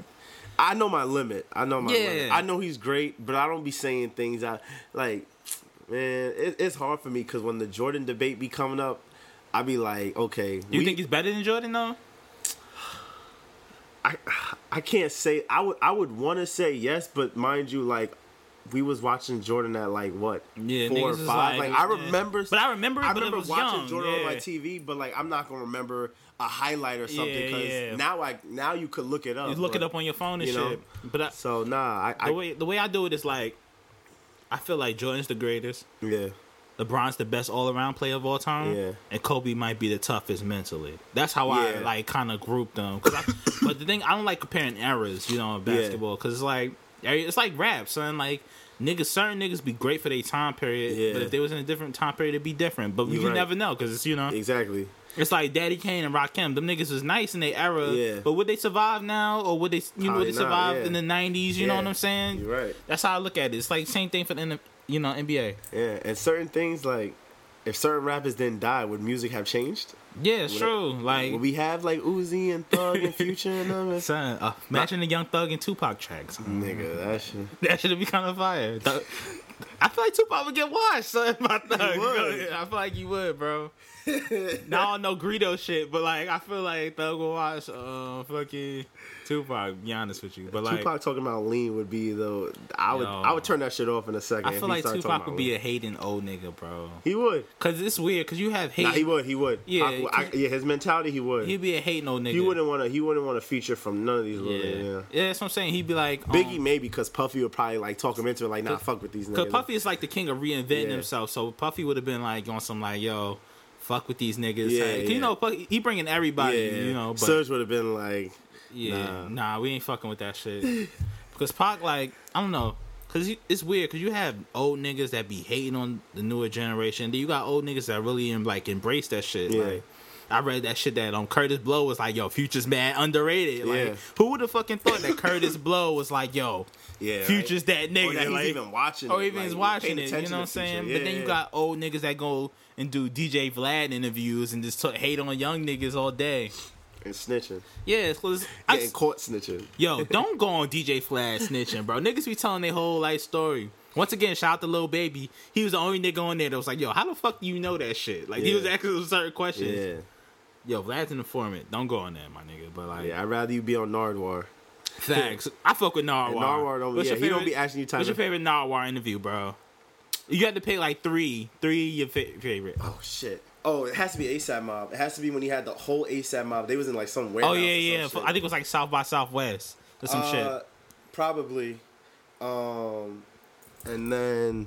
D: I know my limit. I know my
B: Yeah.
D: limit. I know he's great, but I don't be saying things I like. Man, it, it's hard for me because when the Jordan debate be coming up, I be like, okay,
B: You
D: we-
B: think he's better than Jordan though?
D: I I can't say I would I would want to say yes, but mind you, like we was watching Jordan at like what
B: Yeah, niggas
D: four or
B: was
D: five.
B: like-
D: Like, I
B: yeah.
D: remember,
B: But I remember it,
D: I
B: but it
D: remember
B: was
D: watching
B: young,
D: Jordan on my
B: yeah.
D: TV, but like I'm not gonna remember a highlight or something
B: Yeah,
D: because
B: yeah.
D: now I now you could look it up.
B: You look it
D: but-
B: up on your phone and
D: you know,
B: shit. But I,
D: So nah, I, I
B: the way the way I do it is like, I feel like Jordan's the greatest.
D: yeah.
B: LeBron's the best all around player of all time,
D: Yeah.
B: and Kobe might be the toughest mentally. That's how I
D: Yeah.
B: like kind of group them.
D: [LAUGHS]
B: 'Cause I, but the thing I don't like comparing eras, you know, in
D: Yeah.
B: basketball because it's like eh, it's like rap, son. Like niggas, certain niggas be great for their time period,
D: Yeah.
B: but if they was in a different time period, it'd be different. But you
D: right.
B: never know because it's you know,
D: Exactly.
B: it's like Daddy Kane and Rakim. Them niggas was nice in their era,
D: Yeah.
B: but would they survive now or would they, you know,
D: Probably
B: would they
D: not,
B: survive
D: yeah.
B: in the '90s? You know
D: Yeah.
B: what I'm saying?
D: You're right.
B: That's how I look at it. It's like same thing for the N- you know NBA.
D: Yeah, and certain things like if certain rappers didn't die, would music have changed?
B: Yeah, it's true. Like
D: Would we have like Uzi and Thug
B: [LAUGHS]
D: and Future and them? and-
B: Son, uh, imagine the Young Thug and Tupac tracks.
D: Nigga, that shit.
B: That should be kind of fire. Thug- I feel like Tupac would get washed, son.
D: [LAUGHS]
B: By Thug.
D: would.
B: I feel like you would,
D: [LAUGHS]
B: bro. Now I don't know Greedo shit, but like I feel like Thug will watch uh, fucking Tupac. Be honest with you, but like
D: Tupac talking about lean would be though. I would
B: Yo.
D: I would turn that shit off in a second.
B: I
D: if
B: feel
D: he
B: like
D: started talking
B: Tupac
D: about
B: would be
D: lean.
B: a hating old nigga, bro.
D: He would.
B: Cause it's weird. Cause you have hate.
D: Nah, he would. He would.
B: Yeah,
D: Pac would- I-
B: cause-
D: yeah. His mentality, he would.
B: He'd
D: He,
B: be a hating old nigga.
D: wouldn't want to. He wouldn't want to feature from none of these
B: Yeah.
D: little. Yeah.
B: yeah, that's what I'm saying. He'd be like um,
D: Biggie maybe because Puffy would probably like talk him into it. Like, nah, fuck with these
B: Because
D: niggas.
B: Puffy is like the king of reinventing
D: Yeah.
B: himself. So Puffy would have been like on some like, yo, fuck with these niggas.
D: Yeah,
B: Like, 'cause You
D: yeah.
B: know, Puffy, he bringing everybody. You know, but
D: Surge would have been like,
B: yeah, nah. we ain't fucking with that
D: [LAUGHS]
B: shit. because Pac, like, I don't know. Cause you- it's weird, cause you have old niggas that be hating on the newer generation. Then you got old niggas that really em- like embrace that shit.
D: Yeah.
B: Like, I read that shit that um Curtis Blow was like, "Yo, Future's mad underrated." Like,
D: Yeah.
B: who would have fucking thought that Curtis Blow was like, "Yo,
D: yeah,
B: Future's
D: right?
B: that nigga."
D: Or that he's
B: like,
D: even watching.
B: or
D: it,
B: even
D: like,
B: is watching
D: paying
B: it. You know
D: attention
B: what
D: to
B: I'm saying? but
D: Future. Yeah,
B: then you
D: yeah.
B: got old niggas that go and do DJ Vlad interviews and just talk, hate on young niggas all day.
D: and snitching,
B: Yeah, because
D: getting caught snitching. [LAUGHS]
B: yo, don't go on DJ Vlad snitching, bro. Niggas be telling their whole life story. Once again, shout out to Lil Baby. He was the only nigga on there that was like, yo, how the fuck do you know that shit? Like, he
D: Yeah.
B: was asking certain questions.
D: Yeah,
B: Yo, Vlad's an informant. Don't go on there, my nigga. But, like,
D: yeah. I'd rather you be on Nardwar.
B: Facts. I fuck with Narwhal.
D: And Narwhal don't- yeah, he don't be asking you type
B: What's your
D: of-
B: favorite Narwhal interview, bro? You had to pick like three. Three your fa- favorite.
D: Oh shit. Oh, it has to be ASAP Mob. It has to be when he had the whole ASAP Mob. They was in like some warehouse.
B: Oh yeah,
D: or
B: yeah.
D: some
B: I
D: shit.
B: think it was like South by Southwest or some
D: Uh,
B: shit.
D: probably. Um, and then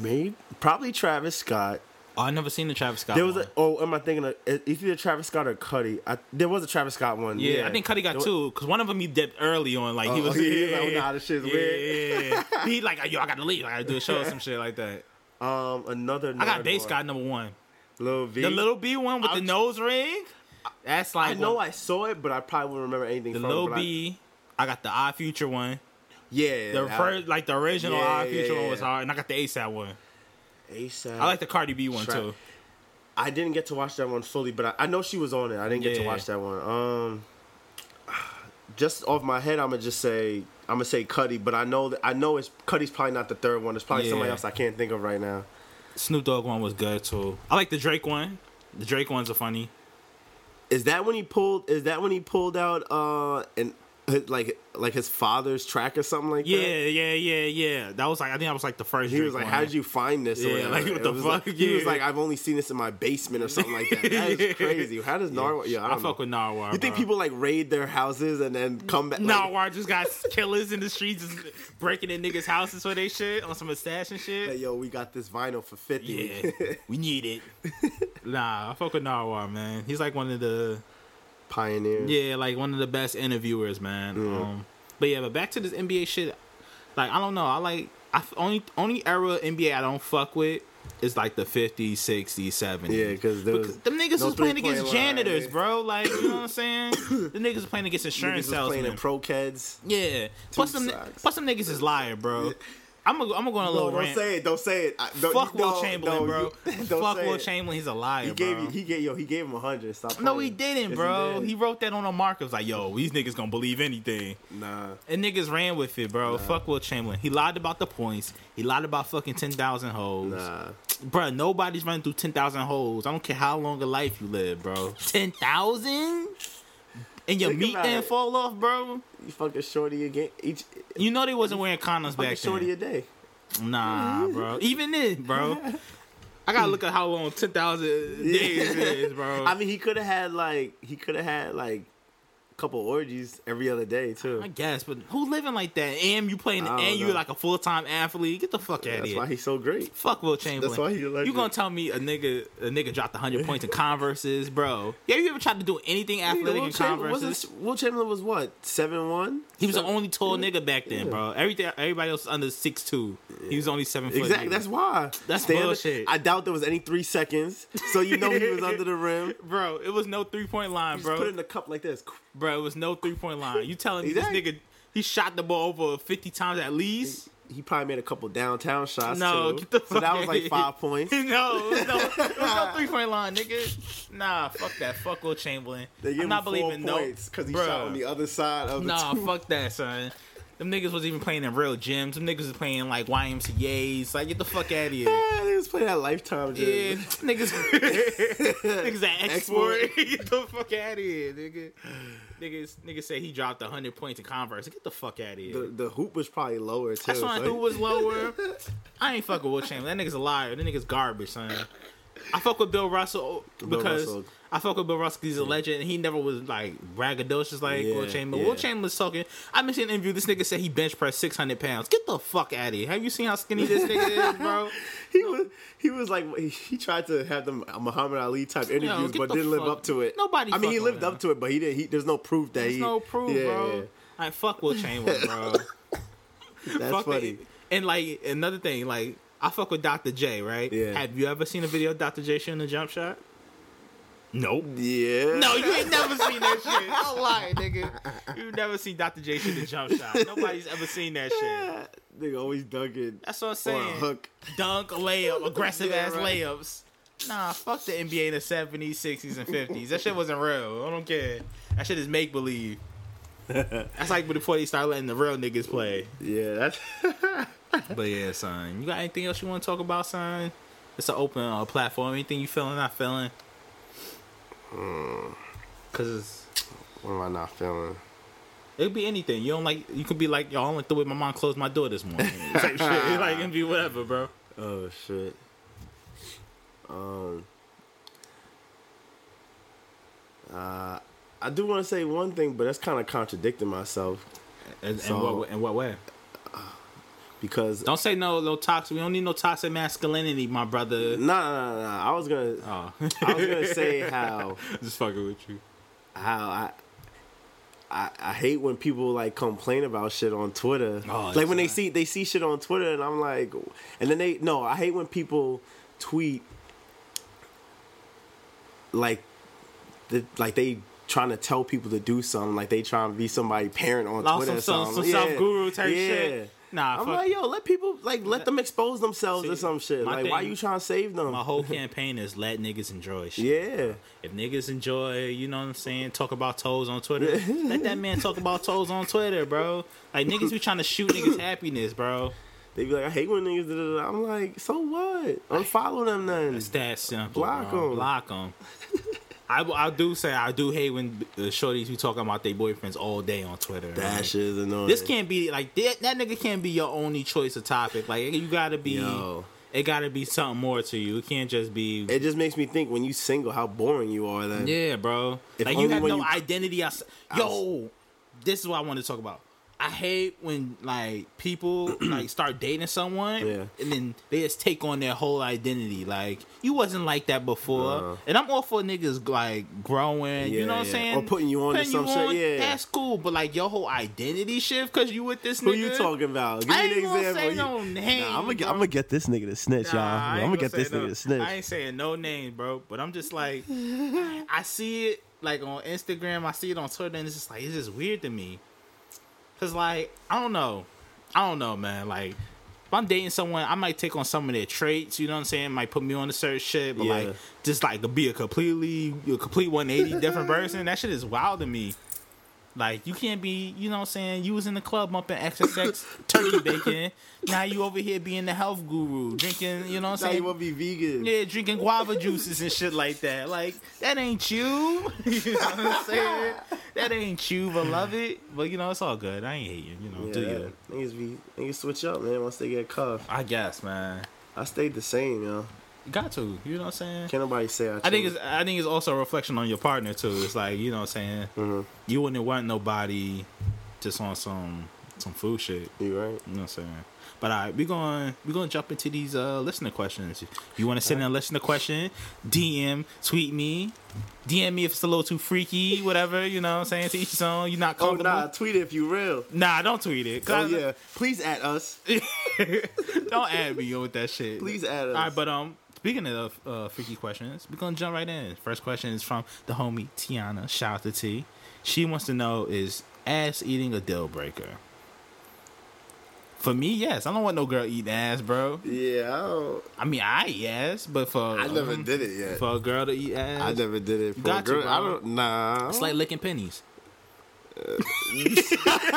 D: maybe probably Travis Scott.
B: Oh, I never seen the Travis Scott.
D: There was
B: one.
D: a oh, am I thinking of it- it's either Travis Scott or Cuddy? I, there was a Travis Scott one.
B: yeah, I think Cuddy got
D: There wa-
B: two because one of them he dipped early on. Like he
D: Oh,
B: was,
D: yeah, he was
B: [LAUGHS]
D: like, "Nah, this shit's weird."
B: yeah, yeah. he like, yo, I gotta leave. I gotta do a show or
D: [LAUGHS]
B: some shit like that.
D: Um, another.
B: I got
D: Nardwuar.
B: Day Scott number one.
D: Lil V.
B: The little B one with the
D: I'm-
B: nose ring. That's like
D: I know
B: one-
D: I saw it, but I probably wouldn't remember anything
B: the
D: from it.
B: Lil
D: but I-
B: B. I got the Odd Future one.
D: yeah,
B: The first, like the original
D: Yeah,
B: Odd
D: yeah,
B: Future
D: yeah,
B: one was
D: yeah.
B: hard, and I got the ASAP one.
D: ASAP.
B: I like the Cardi B one
D: Trap.
B: too.
D: I didn't get to watch that one fully, but I, I know she was on it. I didn't get to
B: Yeah.
D: watch that one. Um, just off my head, I'm gonna just say I'm gonna say Cuddy, but I know that I know it's Cuddy's probably not the third one. It's probably somebody
B: Yeah.
D: else I can't think of right now.
B: Snoop Dogg one was good too. I like the Drake one. The Drake ones are funny.
D: Is that when he pulled? Is that when he pulled out uh and like like his father's track or something like
B: Yeah,
D: that?
B: yeah, yeah, yeah. That was like I think that was like the first.
D: He
B: Drake
D: was like,
B: one.
D: "How did you find this?" or
B: Yeah, like,
D: whatever.
B: what
D: It
B: the
D: was
B: fuck?
D: like- he was
B: Yeah.
D: like, "I've only seen this in my basement or something like that." That is
B: Yeah. [LAUGHS]
D: crazy. How does Narwhal? Yeah, I,
B: I
D: don't
B: fuck
D: know.
B: with Narwhal.
D: You think
B: bro.
D: people like raid their houses and then come back? like-
B: Narwhal just got [LAUGHS] killers in the streets, just breaking in niggas' houses for they shit on some of the stash and shit.
D: Hey, yo, we got this vinyl for fifty.
B: Yeah, we need it. nah, I fuck with Narwhal, man. He's like one of the
D: [LAUGHS] Pioneer.
B: yeah, like one of the best interviewers, man. Um, but yeah, but back to this NBA shit. Like I don't know. I like I f- only only era NBA I don't fuck with is like the 50s, 60s, 70s.
D: Yeah, 'cause there was
B: them niggas
D: no
B: was playing
D: three-point
B: against
D: line,
B: janitors,
D: yeah.
B: bro. Like you
D: [COUGHS]
B: know what I'm saying? the niggas was playing against
D: Niggas
B: insurance
D: was playing in
B: salesmen.
D: pro kids.
B: Yeah. Plus them,
D: socks.
B: plus them niggas is liar, bro. I'm gonna I'm gonna go on a
D: No,
B: little
D: don't
B: rant.
D: say it. Don't say it. I, don't,
B: Fuck
D: no,
B: Will Chamberlain,
D: no,
B: bro. [LAUGHS]
D: you- [LAUGHS] don't
B: Fuck
D: say
B: Will
D: it.
B: Chamberlain. He's a liar,
D: He gave
B: bro.
D: you. He gave yo. He gave him hundred. Stop.
B: no, he
D: playing.
B: didn't,
D: Yes,
B: bro.
D: did.
B: He, wrote that on a marker. It was like, yo, these niggas gonna believe anything.
D: nah.
B: And niggas ran with it, bro. Fuck Will Chamberlain. He lied about the points. He lied about fucking 10,000 holes.
D: Nah.
B: Bro, nobody's running through 10,000 holes. I don't care how long a life you live, bro. 10,000? And your
D: Think
B: meat
D: about
B: didn't
D: it.
B: fall off, bro?
D: You fucking shorty again. Each fucking
B: You know they wasn't wearing condoms back then.
D: shorty a Mm-hmm. day.
B: Nah, bro. Even then, bro. I gotta look at how long ten
D: [LAUGHS]
B: thousand days is, bro.
D: I mean, he could have had like he could have had like a couple orgies every other day too.
B: I guess, but who living like that? And you playing,
D: don't
B: and you
D: know.
B: like a full time athlete. Get the fuck out of
D: That's
B: here.
D: why he's so great.
B: Fuck Will Chamberlain.
D: why he like
B: you gonna
D: it.
B: tell me a nigga a nigga dropped
D: [LAUGHS]
B: hundred points in Converses, bro? Yeah, you ever tried to do anything athletic
D: Will
B: in
D: Chamberlain,
B: Converses?
D: wasn't, Will Chamberlain was what seven one.
B: He was the only tall nigga back then, bro. Everything, everybody else was under six two. He was only seven. foot
D: Exactly.
B: nigga.
D: That's why.
B: That's
D: Stand-
B: bullshit.
D: I doubt there was any three seconds, so you know he was under the rim.
B: bro. It was no three point line, [LAUGHS]
D: Just
B: bro.
D: put it in the cup like this.
B: Bro, it was no three point line. You telling me
D: Exactly.
B: this nigga he shot the ball over fifty times at least?
D: He probably made a couple downtown shots.
B: No,
D: too.
B: get the
D: so
B: fuck
D: that was
B: outta
D: like
B: here. [LAUGHS]
D: five points.
B: no, it was no, it was
D: [LAUGHS]
B: no three point line, nigga. Nah, fuck that. Fuck Will Chamberlain.
D: They gave
B: I'm not
D: him four
B: believing
D: points
B: no
D: because he
B: Bruh.
D: shot on the other side of the
B: Nah,
D: two.
B: fuck that, son. Them niggas was even playing in real gyms. Them niggas was playing in, like YMCA's. Like get the fuck out of here.
D: Yeah, they was playing that lifetime.
B: Yeah, [LAUGHS]
D: Gym.
B: niggas, niggas at export.
D: Export.
B: [LAUGHS] Get the fuck out of here, nigga. Niggas, niggas said he dropped hundred points in Converse. Get the fuck out of here.
D: The, the hoop was probably lower too.
B: That's why I
D: so
B: threw was lower. I ain't fuck with Will Chamberlain. That nigga's a liar. That nigga's garbage, son. I fuck with Bill Russell because
D: Russell.
B: I fuck with Bill Russell. 'cause He's a legend, and he never was like braggadocious like Will
D: Yeah,
B: Chamberlain.
D: yeah.
B: Will Chamberlain's talking. I mentioned an interview. This nigga said he bench pressed six hundred pounds. Get the fuck out of here. Have you seen how skinny this nigga is, [LAUGHS] bro?
D: [LAUGHS] he was he was like he- he tried to have the Muhammad Ali type interviews,
B: get
D: but
B: the
D: didn't live
B: fuck-
D: up to it.
B: Nobody
D: I mean, he
B: fucking
D: lived
B: with
D: up to it, but he didn't. He, there's no proof that
B: There's
D: he.
B: no proof,
D: yeah,
B: bro. I fuck Will Chamberlain, bro.
D: yeah. That's
B: fuck
D: funny.
B: it. And like another thing, like I fuck with Dr. J, right?
D: Yeah.
B: Have you ever seen a video of Dr. J shooting a jump shot? Nope.
D: Yeah.
B: No, you ain't never seen
D: [LAUGHS]
B: that shit. Don't lie, nigga. You never seen Dr. J shoot a jump shot. Nobody's ever seen that shit.
D: Nigga always dug it.
B: That's what I'm
D: Or a
B: saying.
D: hook.
B: Dunk,
D: [LAUGHS]
B: layup, aggressive
D: Yeah,
B: ass
D: right.
B: layups. Nah, fuck the NBA in the 70s, 60s, and 50s. That shit wasn't real. I don't care. That shit is make
D: [LAUGHS]
B: believe. That's like before they started letting the real niggas play.
D: Yeah, [LAUGHS] that's
B: But yeah, son. You got anything else you want to talk about, son? It's an open uh, platform. Anything you feeling, not feeling? Cause
D: what am I not feeling?
B: it could be anything. You don't like. You could be like, yo, I only threw it. My mom closed my door this morning. [LAUGHS] Type shit. Like it can be whatever, bro.
D: Oh shit. Um. Uh, I do want to say one thing, but that's kind of contradicting myself
B: And,
D: So-
B: and what? And what way?
D: because
B: Don't say no, no toxic. We don't need no toxic masculinity, my brother.
D: no, no, no, no. I was gonna,
B: Oh,
D: I was gonna say how
B: [LAUGHS] just fucking with you.
D: how Oh, I. I, I hate when people like complain about shit on Twitter.
B: Oh,
D: like when they
B: it's
D: see they see shit on Twitter, and I'm like, and then they no. I hate when people tweet like the, like they trying to tell people to do something. Like they trying to be somebody parent on
B: Like,
D: Twitter.
B: some-
D: or
B: some-
D: something.
B: some
D: yeah.
B: self-guru type shit. Nah,
D: I'm
B: fuck-
D: like, yo, let people like let them expose themselves or
B: See,
D: some shit.
B: my
D: Like, why
B: thing-
D: you trying to save them?
B: My whole campaign is let niggas enjoy shit.
D: yeah,
B: If niggas enjoy, you know what I'm saying, talk about toes on [LAUGHS] Twitter, let that man talk about toes on Twitter, bro. Like niggas be trying to shoot niggas happiness, bro.
D: they be like, I hate when niggas. Da, da, da. I'm like, so what? Unfollow them then.
B: It's that simple.
D: Block
B: bro.
D: 'em.
B: Block
D: [LAUGHS]
B: them. I, I do say I do hate when the shorties be talking about their boyfriends all day on Twitter.
D: That
B: right?
D: shit is annoying.
B: This can't be like that. That nigga can't be your only choice of topic. Like you gotta be.
D: Yo.
B: It gotta be something more to you. It can't just be.
D: It just makes me think when you single, how boring you are. Then
B: yeah, bro.
D: If
B: like you
D: only
B: have
D: when
B: no
D: you-
B: identity. Outside. Yo, this is what I want to talk about. I hate when like
D: [CLEARS THROAT]
B: people like start dating someone
D: Yeah.
B: and then they just take on their whole identity. Like you wasn't like that before. And I'm all for niggas like growing. you
D: Yeah,
B: know what I'm
D: yeah.
B: saying?
D: Or putting you on to some shit, yeah.
B: that's cool. But like your whole identity shift because you with this
D: Who
B: nigga.
D: you talking about? Give
B: I
D: me an
B: ain't gonna
D: example.
B: say
D: You-
B: no name.
D: Nah, I'm
B: bro.
D: gonna I'm get this nigga to snitch,
B: Nah, I
D: y'all.
B: ain't
D: I'm gonna get
B: say
D: this
B: no-
D: nigga to snitch.
B: I ain't saying no name, bro. But I'm just like, I see it like on Instagram. I see it on Twitter, and it's just like it's just weird to me. Cause like I don't know, I don't know, man. Like if I'm dating someone, I might take on some of their traits. You know what I'm saying? Might put me on a certain shit, but
D: Yeah.
B: like just like to be a completely, a complete 180 different person. That shit is wild to me. Like you can't be, you know what I'm saying, you was in the club bumping
D: [LAUGHS]
B: XXX turkey bacon. Now you over here being the health guru, drinking, you know what
D: Now
B: I'm
D: you
B: saying?
D: wanna be vegan?
B: yeah, drinking guava juices and shit like that. Like, that ain't you. [LAUGHS] you know what I'm saying? That ain't you, beloved. But you know, it's all good. I ain't hating, you know,
D: Yeah,
B: do
D: that-
B: you?
D: niggas be niggas switch up, man. Once they get cuffed,
B: I guess, man.
D: I stayed the same, yo.
B: You got to, you know what I'm saying?
D: Can't nobody say I.
B: I think
D: changed.
B: it's I think it's also a reflection on your partner too. It's like, you know what I'm saying?
D: Mm-hmm.
B: You wouldn't want nobody just on some some food shit.
D: you right.
B: You know what I'm saying? But all right, we're going we're going to jump into these uh listener questions. If you want to send in a listener question, DM, tweet me, DM me if it's a little too freaky, whatever. You know what I'm saying? To each his own. You're not
D: Oh
B: comfortable.
D: nah, tweet it if you real.
B: nah. don't tweet it. 'cause
D: Oh yeah, please at us.
B: [LAUGHS] don't add me with that shit.
D: Please add us.
B: All right, but um, speaking of uh, freaky questions, we're gonna jump right in. First question is from the homie Tiana. Shout out to T. She wants to know is ass eating a deal breaker? For me, yes. I don't want no girl eating ass, bro.
D: Yeah, I, don't,
B: I mean, I eat ass, but for
D: I never
B: um,
D: did it yet.
B: for a girl to eat ass,
D: I never did it. For a
B: got to,
D: girl. I
B: bro.
D: don't. Nah.
B: It's like licking pennies.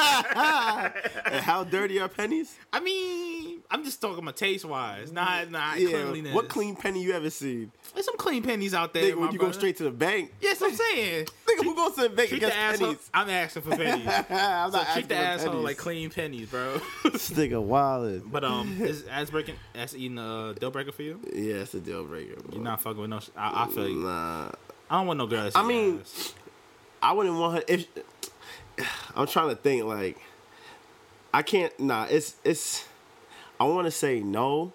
D: And how dirty are pennies?
B: I mean, I'm just talking my taste wise, not not
D: Yeah.
B: cleanliness.
D: What clean penny you ever seen?
B: There's some clean pennies out there.
D: Nigga,
B: my
D: when you go
B: brother.
D: straight to the bank. [LAUGHS]
B: Yes, I'm saying.
D: Nigga, who goes to the bank
B: Treat
D: and gets
B: the asshole.
D: pennies? [LAUGHS]
B: I'm asking for pennies.
D: I'm
B: So
D: not
B: treat the
D: asking for
B: asshole
D: pennies.
B: like clean pennies,
D: [LAUGHS]
B: bro.
D: This nigga wallet.
B: but um, is ass breaking, ass eating a deal breaker for you?
D: Yeah, it's a deal breaker. Bro.
B: You're not fucking with no. Sh- I, I feel you.
D: Nah.
B: I don't want no girls.
D: I mean- I wouldn't want her. If I'm trying to think, like, I can't. Nah, it's it's. I want to say no.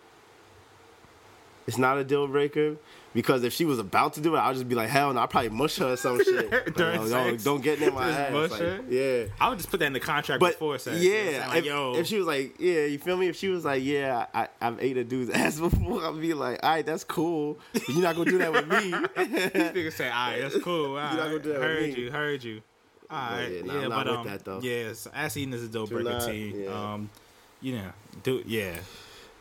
D: It's not a deal breaker because if she was about to do it, I'd just be like, hell no, I'd probably mush her or some
B: [LAUGHS]
D: shit. Like,
B: During
D: no,
B: sex?
D: don't, don't get in my
B: Just
D: ass.
B: mush
D: like,
B: her?
D: yeah.
B: I would just put that in the contract
D: But
B: before sex. It's
D: yeah,
B: like,
D: if,
B: yo,
D: if she was like, yeah, you feel me? If she was like, yeah, I, I've ate a dude's [LAUGHS] ass before, I'd be like, all right, that's cool. But you're not gonna do that with
B: [LAUGHS]
D: me.
B: these niggas say, "All right,
D: [LAUGHS]
B: that's cool. All
D: not gonna
B: right,
D: do that with
B: heard
D: me.
B: you, heard you." All right,
D: yeah,
B: yeah,
D: nah, I'm not
B: but
D: with
B: um,
D: that, though.
B: yes, ass eating is a deal breaker
D: not-
B: team.
D: yeah.
B: Um, you know, do yeah.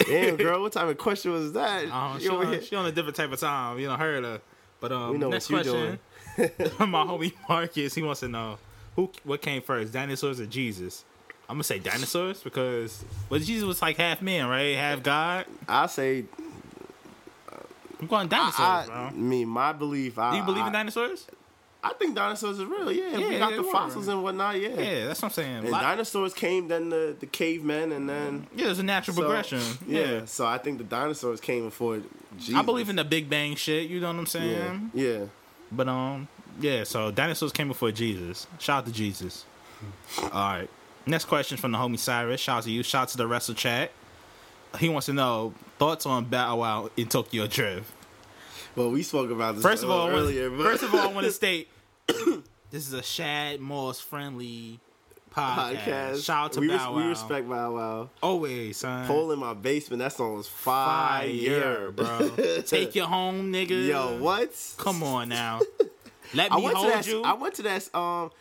D: Damn, girl, what type of question was that?
B: Um, she,
D: You over
B: on,
D: here-
B: she on a different type of time. You know, heard her. But um,
D: We know
B: next
D: what you
B: question. [LAUGHS] my homie Marcus, he wants to know who what came first, dinosaurs or Jesus? I'm gonna say dinosaurs because well, Jesus was like half man, right? Half God.
D: I say,
B: I'm going dinosaurs,
D: I, I
B: bro.
D: mean, my belief. I,
B: Do you believe
D: I,
B: in dinosaurs?
D: I think dinosaurs are real. Yeah, we
B: Yeah,
D: got
B: yeah,
D: the
B: they were.
D: fossils and whatnot. Yeah,
B: Yeah, that's what I'm saying.
D: and
B: Lot-
D: dinosaurs came, then the the cavemen, and then
B: yeah, there's a natural
D: so-
B: progression.
D: Yeah.
B: Yeah.
D: so I think the dinosaurs came before. Jesus.
B: I believe in the Big Bang shit. You know what I'm saying?
D: Yeah, yeah.
B: But um, yeah. So dinosaurs came before Jesus. Shout out to Jesus. All right. Next question from the homie Cyrus. Shout out to you. Shout out to the wrestle chat. He wants to know thoughts on Bow Wow in Tokyo Drift.
D: Well, we spoke about this uh,
B: First of all, I wanna-
D: Oh, earlier. but
B: first of all, I want to state [COUGHS] this is a Shad Moss friendly podcast.
D: [LAUGHS] podcast.
B: Shout out to
D: we res-
B: Bow Wow.
D: We respect Bow Wow.
B: always, son.
D: Hole in my basement. That song was
B: Fire,
D: fire, [LAUGHS]
B: bro. Take you home, nigga.
D: Yo, what?
B: Come on now. Let
D: [LAUGHS] I
B: me
D: went
B: hold
D: to that.
B: you.
D: I went to that. Um,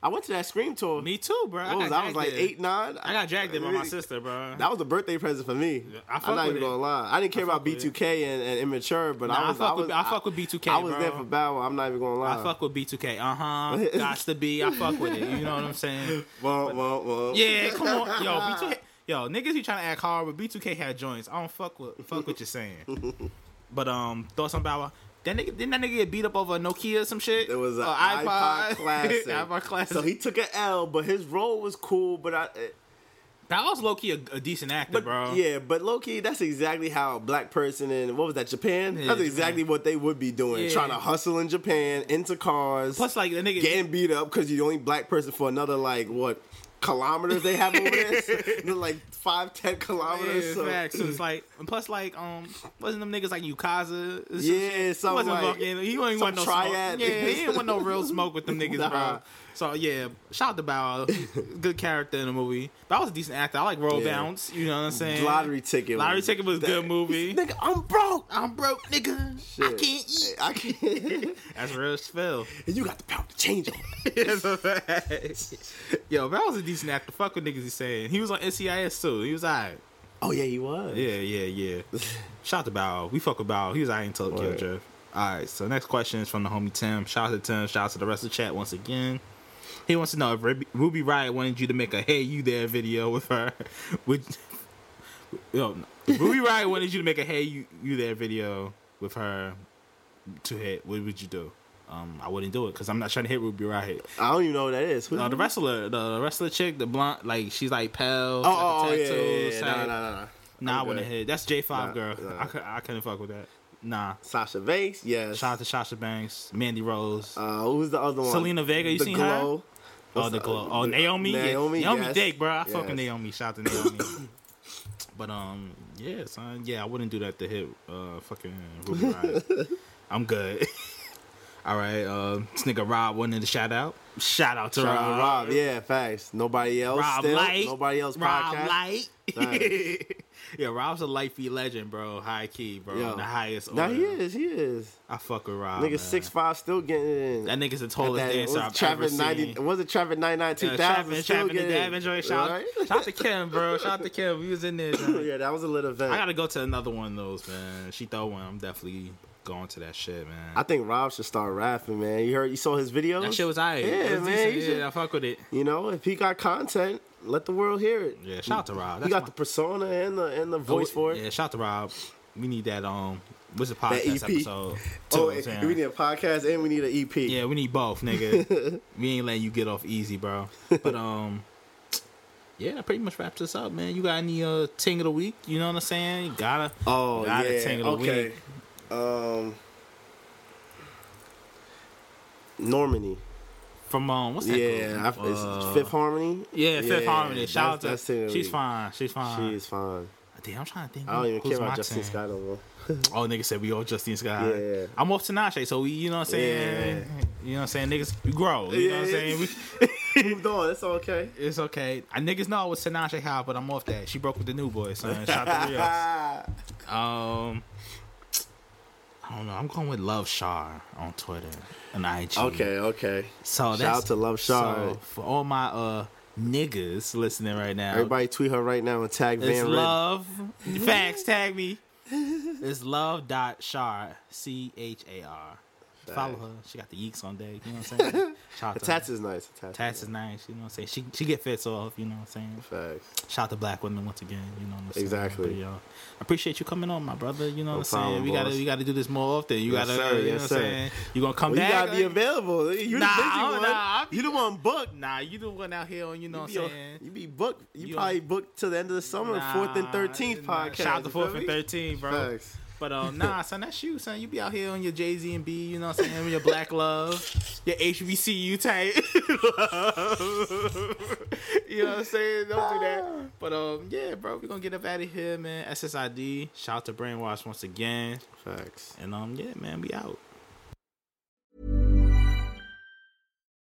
D: I went to that scream tour.
B: Me too, bro.
D: What was
B: got
D: I was
B: dragged
D: like
B: there.
D: eight, nine.
B: I got dragged there by my
D: really-
B: sister, bro.
D: [LAUGHS] That was a birthday present for me.
B: I fuck
D: I'm not
B: with
D: even
B: it.
D: gonna lie. I didn't care about B2K and, and immature, but
B: Nah, I
D: I was.
B: fuck
D: was
B: with- I fuck with B2K,
D: I was
B: bro.
D: there for Bow. Wow, I'm not even gonna lie.
B: I fuck with B2K. Uh
D: [LAUGHS]
B: huh. Got to be. I fuck with it. You know what I'm saying?
D: Well, well, well.
B: Yeah, come on, yo, B2K, yo, niggas, you trying to act hard, but B2K had joints. I don't fuck with fuck what you're saying.
D: [LAUGHS]
B: But um, thoughts on Bow Wow? That nigga, didn't that nigga get beat up over a Nokia or some shit?
D: It was an
B: Or
D: iPod, classic.
B: Oh, iPod [LAUGHS] classic.
D: So he took an L, but his role was cool. But I, it-
B: Bow Wow's low key a, a decent actor,
D: but
B: bro.
D: yeah, but low key, that's exactly how a black person in what was that Japan?
B: Yeah,
D: that's
B: Japan.
D: exactly what they would be doing,
B: Yeah.
D: trying to hustle in Japan into cars.
B: Plus, like the nigga,
D: getting beat up because you're the only black person for another like what kilometers they have over
B: [LAUGHS]
D: there, So, they're, like five ten kilometers.
B: yeah,
D: so.
B: facts.
D: [LAUGHS]
B: So
D: [CLEARS THROAT]
B: it's like, and plus, like, um, wasn't them niggas like Yukaza? or some
D: Yeah,
B: shit?
D: something
B: he wasn't
D: like-
B: fucking. He wasn't
D: some
B: want no
D: triad.
B: smoke. Yeah, he didn't want no real smoke with
D: [LAUGHS]
B: them niggas,
D: Nah.
B: bro. So yeah, shout out to Bow. Wow.
D: [LAUGHS]
B: Good character in the movie. That was a decent actor. I like Roll
D: Yeah.
B: Bounce. You know what I'm saying?
D: Lottery ticket.
B: Lottery ticket was a good movie.
D: [LAUGHS] Nigga, I'm broke.
B: I'm broke, nigga. I
D: Shit.
B: can't eat.
D: I can't.
B: That's real as hell.
D: and [LAUGHS] you got the power to change it.
B: That's a fact. Yo, Bow was a decent actor. Fuck what niggas is saying. He was on NCIS too. He was alright.
D: Oh yeah, he was.
B: Yeah, yeah, yeah. Shout out to Bow. We fuck with Bow. He was I ain't told Kill
D: Word.
B: Jeff. Alright, so next question is from the homie Tim. Shout out to Tim. Shout out to the rest of the chat once again. He wants to know if Ruby, Ruby Riot wanted you to make a Hey You There video with her. [LAUGHS] Would yo, no. If Ruby Riot wanted you to make a Hey You, you There video with her to hit, what would you do? Um, I wouldn't do it because I'm not trying to hit Ruby Riot.
D: I don't even know what that is. Who-
B: Uh, the wrestler, the, wrestler chick, the blonde, like she's like pale.
D: oh, oh
B: got the
D: yeah, yeah,
B: tattoos,
D: yeah. Nah,
B: type.
D: nah, nah, nah.
B: Nah, I
D: I'm
B: wouldn't
D: good.
B: hit. That's J Five
D: Nah,
B: girl.
D: nah.
B: I, cou- I couldn't fuck with that. Nah.
D: Sasha Banks, yes.
B: Shout out to Sasha Banks, Mandy Rose.
D: uh, who's the other one?
B: Selena Vega, you
D: the
B: seen her?
D: glow.
B: oh, the glow. Oh, Naomi. yeah.
D: Naomi,
B: Naomi
D: yes.
B: Dick, bro. I
D: Yes.
B: fucking Naomi. Shout out to Naomi. [COUGHS] but um, yeah, son. Yeah, I wouldn't do that to hit uh fucking Ruby
D: [LAUGHS]
B: Riot. I'm good. [LAUGHS] All right. Uh, this nigga Rob wanted to shout out. Shout out to
D: Shout out
B: Rob.
D: to Rob, yeah, facts. Nobody else.
B: Rob
D: still.
B: Light.
D: Nobody else.
B: Rob
D: podcast.
B: Light.
D: Nice.
B: [LAUGHS] yeah, Rob's a lifey legend, bro. High key, bro.
D: Yo.
B: On the highest order.
D: Nah, he is. He is.
B: I fuck with Rob.
D: Nigga
B: man.
D: six five still getting it in.
B: That nigga's the tallest
D: That-
B: dancer
D: was
B: I've
D: Trapper
B: ever
D: 90,
B: seen.
D: Was it Trapper 99
B: Yeah,
D: 2000?
B: Trapping,
D: still
B: trapping, the
D: getting
B: dab
D: it.
B: enjoy. Shout,
D: Right?
B: shout out to Kim, bro. Shout out to Kim. We was in
D: [LAUGHS]
B: there. son.
D: yeah, that was a little event.
B: I
D: I,
B: gotta go to another one of those, man. She throw one. I'm definitely going to that shit, man.
D: think Rob should start rapping, man. You heard, you saw his video.
B: that shit was alright.
D: Yeah,
B: it was
D: man.
B: Decent.
D: you, should-
B: Yeah, I fuck with it.
D: you know, if he got content, let the world hear it.
B: Yeah, shout out to Rob.
D: He
B: That's
D: got
B: my- Oh,
D: the persona and the and the voice for it.
B: Yeah, shout out to Rob. We need that. Um, what's the podcast
D: EP.
B: episode? Too,
D: E Oh,
B: I'm saying.
D: we need a E podcast and we need an EP.
B: Yeah, we need both,
D: [LAUGHS]
B: nigga. we ain't letting you get off easy, bro. But um, yeah, that pretty much wraps us up, man. You got any uh ting of the week? You know what I'm saying? You gotta,
D: Oh
B: gotta
D: yeah.
B: ting of the
D: okay.
B: week.
D: Um. Normandy.
B: From um, what's that?
D: Yeah, I,
B: group?
D: it's
B: Uh,
D: Fifth Harmony.
B: Yeah, Fifth Harmony. Shout out
D: that's-
B: to
D: that's
B: she's
D: it.
B: fine. She's fine.
D: She's fine.
B: Damn, I'm trying to think.
D: I don't even
B: who's
D: care
B: my
D: about Justin
B: ting.
D: Scott no [LAUGHS] more.
B: Oh, nigga said we all Justin Scott.
D: Yeah.
B: I'm off Tinashe, so we, you know what I'm saying. You know what I'm saying, niggas, we grow. You know what I'm
D: Yeah.
B: saying. We,
D: Moved on. It's okay.
B: it's okay. I niggas know I was Tinashe high, but I'm off that. She broke with the new boy, son. Shout out to Rios.
D: Ah, [LAUGHS]
B: Um, I don't know. I'm going with Love Shar on Twitter and IG.
D: okay, okay.
B: So
D: Shout
B: that's,
D: out to Love Shar.
B: So for all my uh niggas listening right now,
D: Everybody tweet her right now and tag
B: it's
D: Van Red.
B: love. Facts tag me. It's love dot Shar C H A R. Follow her. She got the yeeks on deck. You know what I'm
D: [LAUGHS]
B: saying? Shout out to
D: Tats
B: her.
D: is nice. Tats,
B: Tats is nice. You know what I'm saying? She she get fits off. You know what I'm saying?
D: Facts.
B: Shout out to black women once again. You know what I'm saying?
D: Exactly.
B: But, yo, I appreciate you coming on, my brother. You know what
D: No
B: I'm saying?
D: problem,
B: We gotta
D: boss.
B: we gotta do this more often. You
D: Yes,
B: gotta
D: sir.
B: you know
D: Yes,
B: what I'm
D: sir.
B: saying? You gonna come
D: Well, you
B: back?
D: gotta be available. You
B: Nah,
D: the busy
B: I don't-
D: one.
B: nah, I be-
D: you the one booked.
B: Nah, you the one out here on you know what I'm
D: You be-
B: saying.
D: You be booked. You,
B: You
D: probably booked till the end of the summer,
B: Nah,
D: fourth and thirteenth
B: nah.
D: podcast.
B: Shout out to
D: you
B: fourth
D: feel
B: and
D: me?
B: thirteenth, bro.
D: Facts.
B: But
D: [LAUGHS]
B: um, nah, son, that's you, son. You be out here on your Jay Z and B, you know what I'm saying? With your black love, your HBCU type. [LAUGHS] you know what I'm saying? Don't do that. But um, yeah, bro, we gonna get up out of here, man. SSID. Shout out to Brainwash once again.
D: Facts.
B: And um, yeah, man, we out.